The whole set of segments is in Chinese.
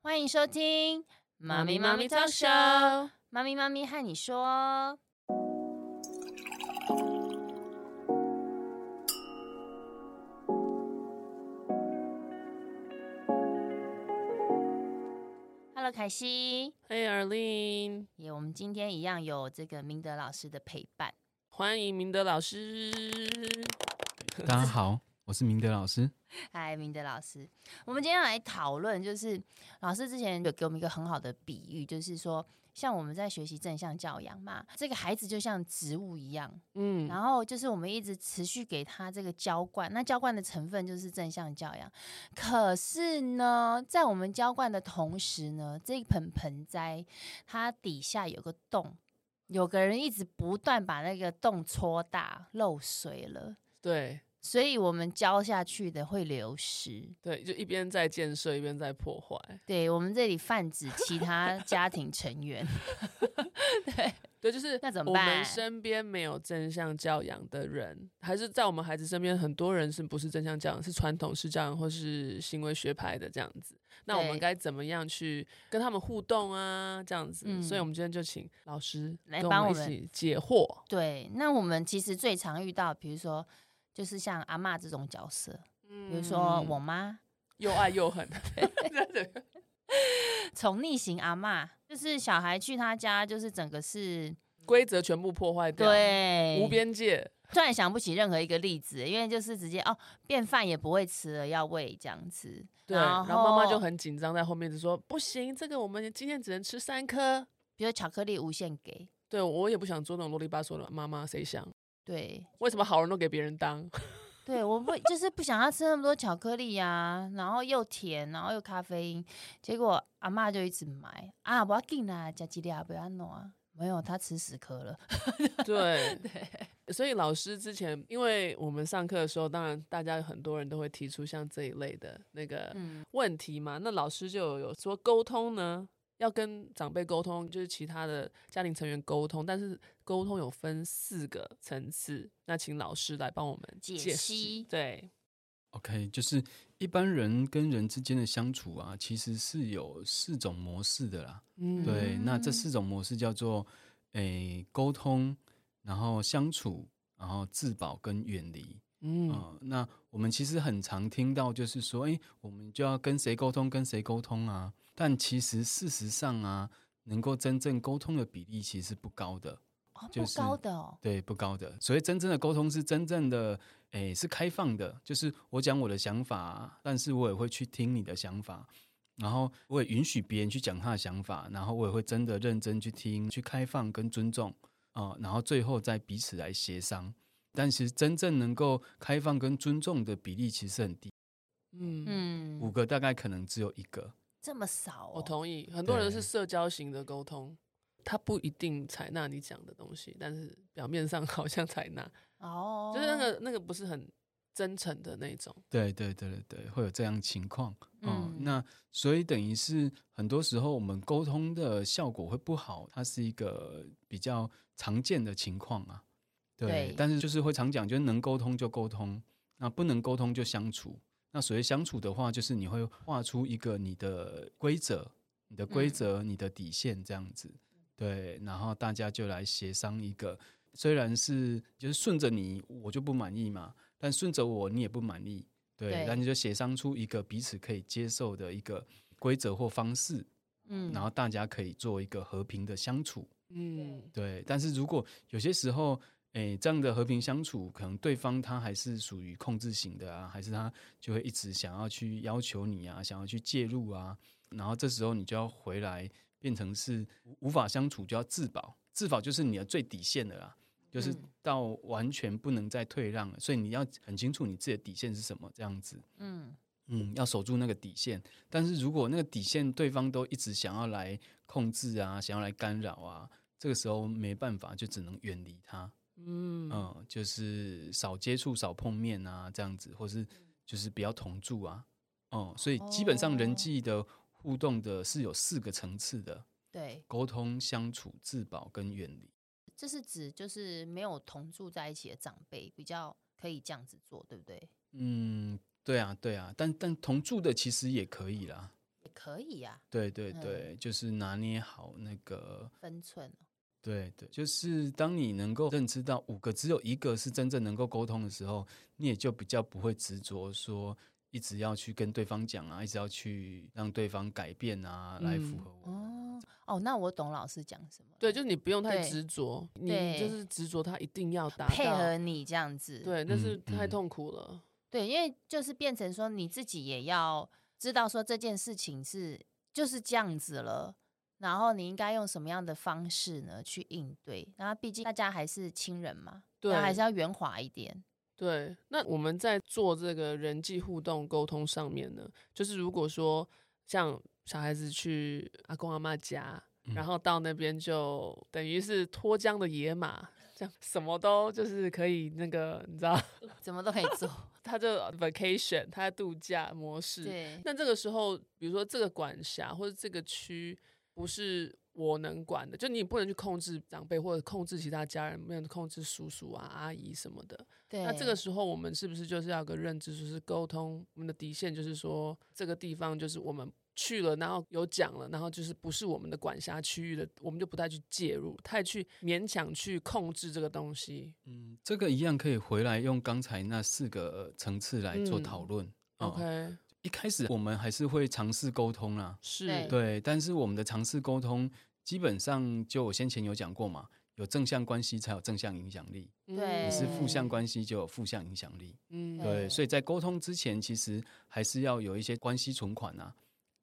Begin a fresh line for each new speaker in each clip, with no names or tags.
欢迎收听《
妈咪妈咪 talk show》，
妈咪妈咪和你说。Hello，凯西，
嘿，尔令，
也我们今天一样有这个明德老师的陪伴。
欢迎明德老师。
大家好，我是明德老师。
嗨，明德老师，我们今天要来讨论，就是老师之前有给我们一个很好的比喻，就是说，像我们在学习正向教养嘛，这个孩子就像植物一样，
嗯，
然后就是我们一直持续给他这个浇灌，那浇灌的成分就是正向教养。可是呢，在我们浇灌的同时呢，这一盆盆栽它底下有个洞，有个人一直不断把那个洞戳大，漏水了。
对
所以我们浇下去的会流失，
对，就一边在建设，一边在破坏。
对我们这里泛指其他家庭成员，
对，就是
那怎么
我们
办
身边没有正向教养的人，还是在我们孩子身边，很多人是不是正向教养，是传统式教养或是行为学派的这样子。那我们
对
该怎么样去跟他们互动啊？这样子，
嗯
所以我们今天就请老师
来
跟
帮
我
我
们
们
一起解惑。
对，那我们其实最常遇到，比如说就是像阿嬷这种角色，比如说我妈，
嗯 又爱又恨，
宠逆型阿嬷，就是小孩去她家，就是整个是
规则全部破坏掉，，
对
无。边界。
突然想不起任何一个例子，因为就是直接哦，便饭也不会吃了，要喂这样子。
对，然后妈妈就，很紧张，在后面就说：“不行，这个我们今天只能吃三颗。
比如巧克力无限给，”
对，我也不想做那种啰里吧嗦的妈妈，谁想？
对，
为什么好人都给别人 当？
对，我不就是不想要吃那么多巧克力呀、然后又甜，然后又咖啡因，结果阿嬷就一直买啊，不要紧啦，加几粒啊，不要弄啊，没有，她吃十颗了，
对所以老师之前，因为我们上课的时候，当然大家很多人都会提出像这一类的那个
嗯，
问题嘛。那老师就有有说沟通呢，要跟长辈沟通，就是其他的家庭成员沟通，但是沟通有分四个层次。那请老师来帮我们
解
解
析
析对，
OK，就是一般人跟人之间的相处啊，其实是有四种模式的啦。
嗯
对，那这
嗯
四种模式叫做诶沟通，然后相处，然后自保跟远离。
嗯
嗯、那我们其实很常听到，就是说，诶，我们就要跟谁沟通，跟谁沟通啊。但其实事实上啊，能够真正沟通的比例其实不高的。
哦，
就
不
是
高的哦，
对，不高的。所以真正的沟通是真正的，诶，是开放的，就是我讲我的想法，但是我也会去听你的想法，然后我也允许别人去讲他的想法，然后我也会真的认真去听，去开放跟尊重啊、呃然后最后再彼此来协商。但其实真正能够开放跟尊重的比例其实很低，
嗯嗯，
五
嗯，
个大概可能只有一个。
这么少、哦，
我同意，很多人
对
是社交型的沟通，他不一定采纳你讲的东西，但是表面上 好像采纳，
哦，
就是那个那个不是很真诚的那种。
对对对对对，会有这样情况。嗯，
嗯
那所以等于是很多时候我们沟通的效果会不好，它是一个比较常见的情况啊。对，
对
但是就是会常讲，就是能沟通就沟通，那不能沟通就相处。那所谓相处的话，就是你会画出一个你的规则、你的规
嗯
则、你的底线这样子。对，然后大家就来协商一个，虽然是就是顺着你，我就不满意嘛，但顺着我你也不满意，对
对，
那你就协商出一个彼此可以接受的一个规则或方式，
嗯，
然后大家可以做一个和平的相处。
嗯，
对，但是如果有些时候，诶，这样的和平相处，可能对方他还是属于控制型的啊，还是他就会一直想要去要求你啊，想要去介入啊，然后这时候你就要回来，变成是无无法相处，就要自保，自保就是你的最底线的啦。就是
嗯
到完全不能再退让了，所以你要很清楚你自己的底线是什么，这样子。
嗯，
嗯，要守住那个底线。但是如果那个底线对方都一直想要来控制啊，想要来干扰啊，这个时候没办法，就只能远离他。
嗯
嗯、就是少接触、少碰面啊，这样子，或是就是不要同住啊。哦、所以基本上人
哦
际的互动的是有四个层次的：
对，
沟通、相处、自保跟远离。
这是指就是没有同住在一起的长辈比较可以这样子做，对不对？
嗯，对啊，对啊，但但同住的其实也可以啦。
可以呀、
对对对，就是拿捏好那个
分寸哦、
对对，就是当你能够认知到五个只有一个是真正能够沟通的时候，你也就比较不会执着说一直要去跟对方讲啊，一直要去让对方改变啊，来符
嗯
合我。
哦哦，那我懂老师讲什么了，
对，就是你不用太
对
执着，你
对
就是执着他一定要达
配合
到，
你这样子，
对，但是
嗯
太
嗯
痛苦了。
对，因为就是变成说你自己也要知道说这件事情是就是这样子了，然后你应该用什么样的方式呢去应对？那毕竟大家还是亲人嘛，
对
那还是要圆滑一点。
对，那我们在做这个人际互动沟通上面呢，就是如果说像小孩子去阿公阿妈家，然
嗯
后到那边就等于是脱缰的野马，这样什么都就是可以那个，你知道，
怎么都可以做，
他就 vacation，他度假模 式。
对，
那这个时候，比如说这个管辖或者这个区不是我能管的，就你不能去控制长辈或者控制其他家人，不能控制叔叔啊、阿姨什么的。
对。
那这个时候，我们是不是就是要有个认知，就是沟通我们的底线，就是说这个地方就是我们去了，然后有讲了，然后就是不是我们的管辖区域的，我们就不太去介入，太去勉强去控制这个东西。
嗯，这个一样可以回来用刚才那四个层次来做讨
嗯
论。哦
OK，
一开始我们还是会尝试沟通啦，
是
对
对，但是我们的尝试沟通基本上就我先前有讲过嘛，有正向关系才有正向影响力，
对
你是负向
嗯
关系就有负向影响力。
嗯
对，
对
所以在沟通之前，其实还是要有一些关系存款啊。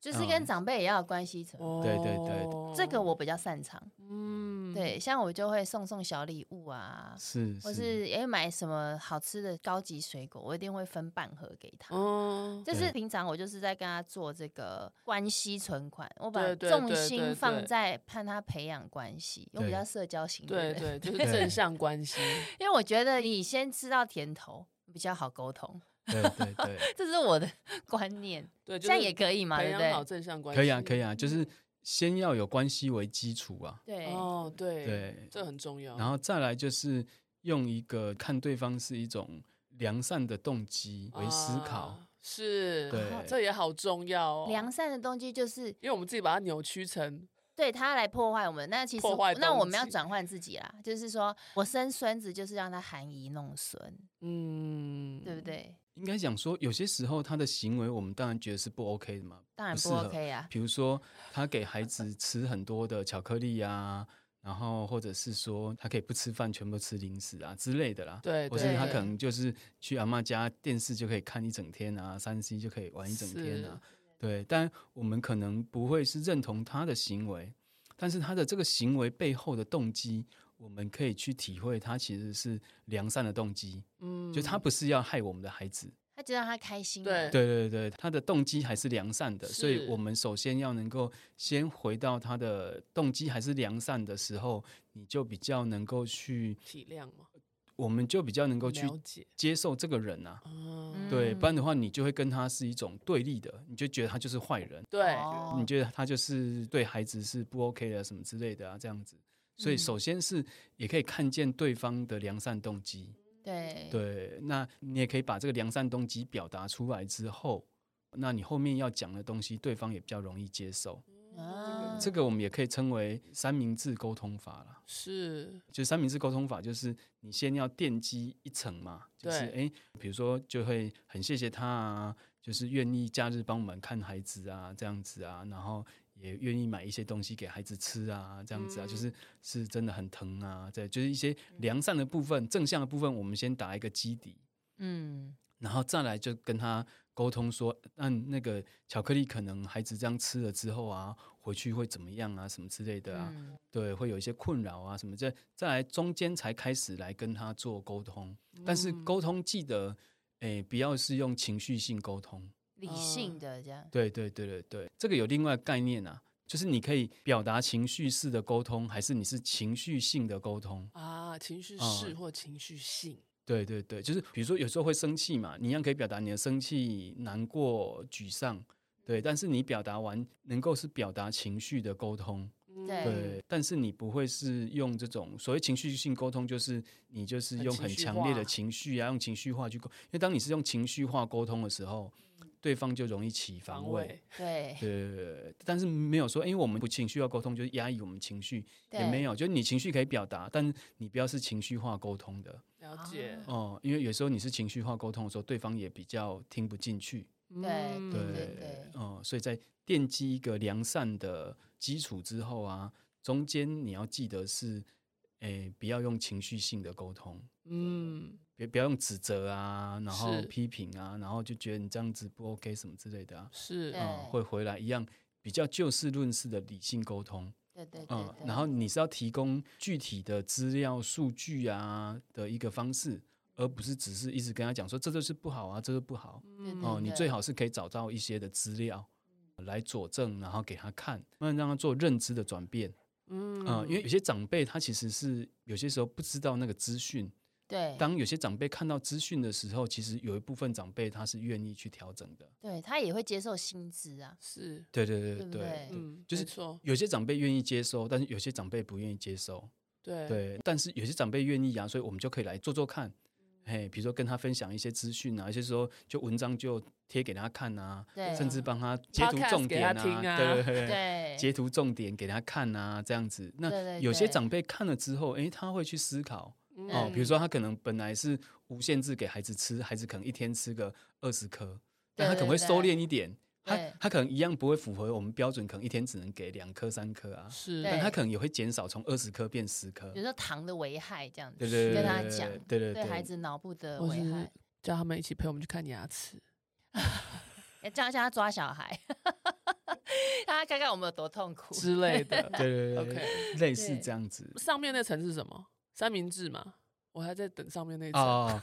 就是跟
嗯
长辈也要有关系
哦
存。
对对对
这个我比较擅长，
嗯，
对，像我就会送送小礼物啊，
是，
或是哎买什么好吃的高级水果，我一定会分半盒给他。
哦，
就是
对
平常我就是在跟他做这个关系存款，我把
对对
重
对对
心
对
放在看他培养关系，我比
对
较社交型的
对
人，
对，就是
对
正向关系，
因为我觉得你先吃到甜头比较好沟通，
对对对，
这是我的观念，
对，
这
就
样
是
也可以嘛，
培
对不
养好
对？
正向关系，
可以啊，可以啊，就是先要有关系为基础啊，
对，
哦，对
对
这很重要。
然后再来就是用一个看对方是一种良善的动机为思考，
啊是，
对
这也好重要哦。
良善的动机就是
因为我们自己把它扭曲成，
对他来破坏我们，那其实
破坏
那
动
我们要
机
转换自己啦，就是说我生孙子就是让他含饴弄孙，
嗯，
对不？对？
应该讲说有些时候他的行为我们当然觉得是不 OK 的嘛，
当然
不
不
适合
OK 啊，
比如说他给孩子吃很多的巧克力啊，然后或者是说他可以不吃饭，全部吃零食啊之类的啦。
对，
或
对
是他
对
可能就是去阿妈家，电视就可以看一整天啊，三 C 就可以玩一整天啊。对，但我们可能不会是认同他的行为，但是他的这个行为背后的动机，我们可以去体会，他其实是良善的动机，
嗯，
就他不是要害我们的孩子。
他就让他开心嘛，
对
对对对，他的动机还是良善的，所以
是
我们首先要能够先回到他的动机还是良善的时候，你就比较能够去，
体谅嘛，
我们就比较能够去
了解，
接受这个人啊。
嗯，
对，不然
嗯
的话，你就会跟他是一种对立的，你就觉得他就是坏人，
对，
哦
你觉得他就是对孩子是不 OK 的，什么之类的啊，这样子。所以，
嗯
首先是也可以看见对方的良善动机，
嗯对
对，那你也可以把这个良善动机表达出来之后，那你后面要讲的东西，对方也比较容易接受。
啊，
嗯
这个我们也可以称为三明治沟通法啦。
是，
就三明治沟通法，就是你先要奠基一层嘛，就是
对
诶，比如说就会很谢谢他啊，就是愿意假日帮我们看孩子啊，这样子啊，然后也愿意买一些东西给孩子吃啊，这样子啊，
嗯
就是是真的很疼啊，对，就是一些良善的部分、正向的部分，我们先打一个基底，
嗯，
然后再来就跟他沟通说，那那个巧克力可能孩子这样吃了之后啊，回去会怎么样啊，什么之类的啊，
嗯
对，会有一些困扰啊什么，再再来中间才开始来跟他做沟通，但是
嗯
沟通记得，诶，不要是用情绪性沟通，
理
嗯
性的这样，
对对对对对，这个有另外概念啊，就是你可以表达情绪式的沟通，还是你是情绪性的沟通。
啊，情绪
嗯
是或情绪性，
对对对，就是比如说有时候会生气嘛，你一样可以表达你的生气、难过、沮丧，对。但是你表达完，能够是表达情绪的沟通，
嗯
对
对。但是你不会是用这种所谓情绪性沟通，就是你就是
很
用
情
很
绪
强烈
化
的情绪啊，用情绪化去沟。因为当你是用情绪化沟通的时候，对方就容易起防
防
卫。
卫，
对
对对对对，但是没有说，因为我们不情绪要沟通，就是压抑我们情绪，也
对
没有，就是你情绪可以表达，但你不要是情绪化沟通的
了解，
哦、因为有时候你是情绪化沟通的时候，对方也比较听不进去，
对
嗯
对
对对
哦、所以在奠基一个良善的基础之后啊，中间你要记得是，诶，不要用情绪性的沟通，
嗯，
别不要用指责啊，然后
是
批评啊，然后就觉得你这样子不 OK 什么之类的啊，
是
对
嗯，会回来一样比较就事论事的理性沟通，
对对对
嗯，
对，
然后你是要提供具体的资料、数据啊的一个方式，而不是只是一直跟他讲说这就是不好啊，这就是不好
对对
哦、你
嗯对
最好是可以找到一些的资料来佐证，然后给他看，慢慢让他做认知的转变。
嗯
嗯，因为有些长辈他其实是有些时候不知道那个资讯，
对
当有些长辈看到资讯的时候，其实有一部分长辈他是愿意去调整的。
对他也会接受薪资啊，
是，
对对对
对不对
嗯，
就是
没错，
有些长辈愿意接收，但是有些长辈不愿意接收。
对，
对，但是有些长辈愿意啊，所以我们就可以来做做看。嘿，比如说跟他分享一些资讯啊，有些时候就文章就贴给他看啊，
对
甚至帮他截图
Podcast
重
给
点
他听啊
对对对，
对
截图重点给他看啊，这样子。那
对对
有些
对
长辈看了之后，诶，他会去思考哦，比如
嗯
说他可能本来是无限制给孩子吃，孩子可能一天吃个二十颗，但他
对
可能会
对
收
对
敛一点。他
对
他可能一样不会符合我们标准，可能一天只能给两颗三颗啊，
是，
对
但他可能也会减少从二十颗变十颗
比。如说糖的危害这样子，
对对对，
跟他
对
讲
对对
对孩子脑部的
或
危
是
害，
叫他们一起陪我们去看牙齿，
要叫叫他抓小孩，让他看看我们有多痛苦。
之类的。
对对对
OK
类似
对
这样子
上面那层是什么？三明治嘛，我还在等上面那层。
哦。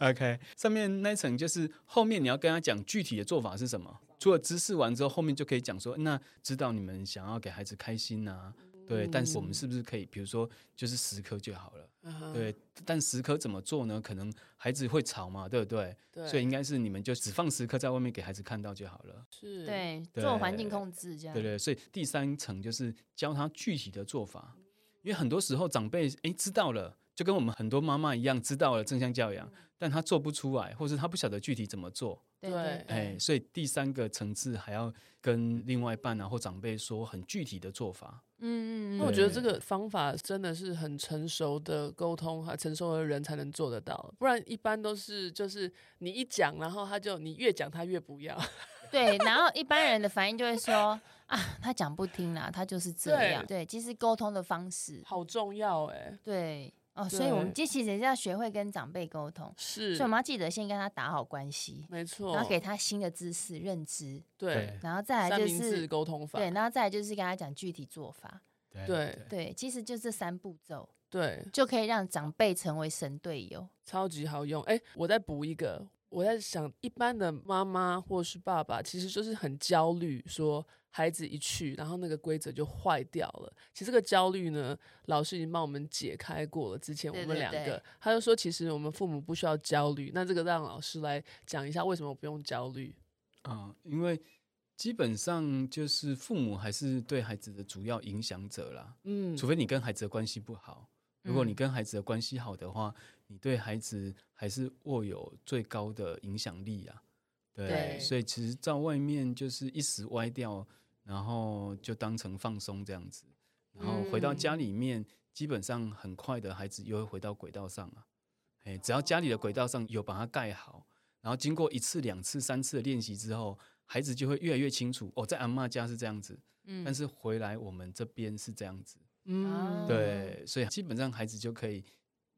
OK，上 面那一层就是后面你要跟他讲具体的做法是什么。除了知识完之后，后面就可以讲说，那知道你们想要给孩子开心啊，对，但是我们是不是可以，比如说就是十颗就好了，
嗯哼
对，但十颗怎么做呢？可能孩子会吵嘛，对不对？
对，
所以应该是你们就只放十颗在外面给孩子看到就好了。
是，
对，
对
做环境控制这样。
对对，所以第三层就是教他具体的做法，因为很多时候长辈诶知道了，就跟我们很多妈妈一样知道了正向教养，但他做不出来，或是他不晓得具体怎么做，
对
对
对
诶，
对
所以第三个层次还要跟另外一半啊或长辈说很具体的做法。
嗯嗯
那
嗯，
我觉得这个方法真的是很成熟的沟通，还成熟的人才能做得到，不然一般都是就是你一讲，然后他就你越讲他越不要，
对。然后一般人的反应就会说啊，他讲不听啦，他就是这
对
样。对，其实沟通的方式，
好重要哎、
对哦，所以我们
对
其实也是要学会跟长辈沟通，
是
所以我，们要记得先跟他打好关系，
没错，
然后给他新的知识认知，
对
然后再来
三
就
明治
是
沟通法，
对，然后再来就是跟他讲具体做法。
对
对
对，其实就这三步骤
对，
就可以让长辈成为神队友。
超级好用。哎，我再补一个，我在想，一般的妈妈或是爸爸，其实就是很焦虑，说孩子一去，然后那个规则就坏掉了。其实这个焦虑呢，老师已经帮我们解开过了。之前
对
我们
对
两
对
个，他就说，其实我们父母不需要焦虑。那这个让老师来讲一下，为什么不用焦虑？
啊、因为基本上就是父母还是对孩子的主要影响者啦，
嗯
除非你跟孩子的关系不好。如果你
嗯
跟孩子的关系好的话，你对孩子还是握有最高的影响力啊。对，
对
所以其实在外面就是一时歪掉，然后就当成放松这样子，然后回到
嗯
家里面，基本上很快的孩子又会回到轨道上啊。哎，只要家里的轨道上有把它盖好，然后经过一次、两次、三次的练习之后，孩子就会越来越清楚。哦，在阿嬷家是这样子，
嗯
但是回来我们这边是这样子。
嗯，
啊，
对，所以基本上孩子就可以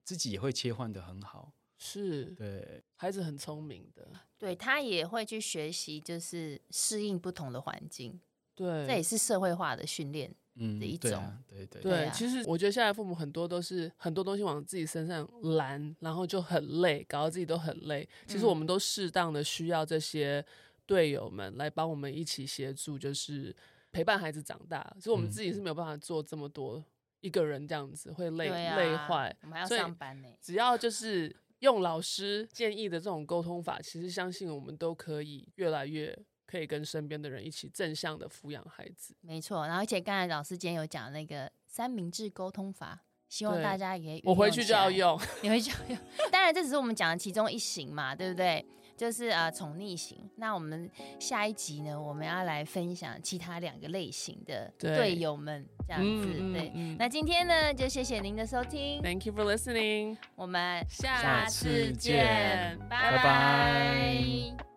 自己也会切换的很好。
是
对，
孩子很聪明的，
对他也会去学习，就是适应不同的环境，
对，
这也是社会化的训练。
嗯，
的一
对啊，对对
对，
啊
其实我觉得现在父母很多都是很多东西往自己身上揽，然后就很累，搞到自己都很累。其实我
嗯
们都适当的需要这些队友们来帮我们一起协助，就是陪伴孩子长大。所以我们
嗯
自己是没有办法做这么多，一个人这样子会累、
对啊，
累坏。
我们还要
所以
上班呢。
只要就是用老师建议的这种沟通法，其实相信我们都可以越来越可以跟身边的人一起正向的抚养孩子。
没错，然后而且刚才老师今天有讲那个三明治沟通法，希望
对
大家也可以
我
运
回
用
去
起
就要
来
用，
你会这样用？当然，这只是我们讲的其中一行嘛，对不对？就是呃宠溺型。那我们下一集呢，我们要来分享其他两个类型的
对
队友们，这样子。
嗯嗯
对，
嗯
那今天呢，就谢谢您的收听，
Thank you for listening，
我们
下
下
次
次
见
见，
拜拜
拜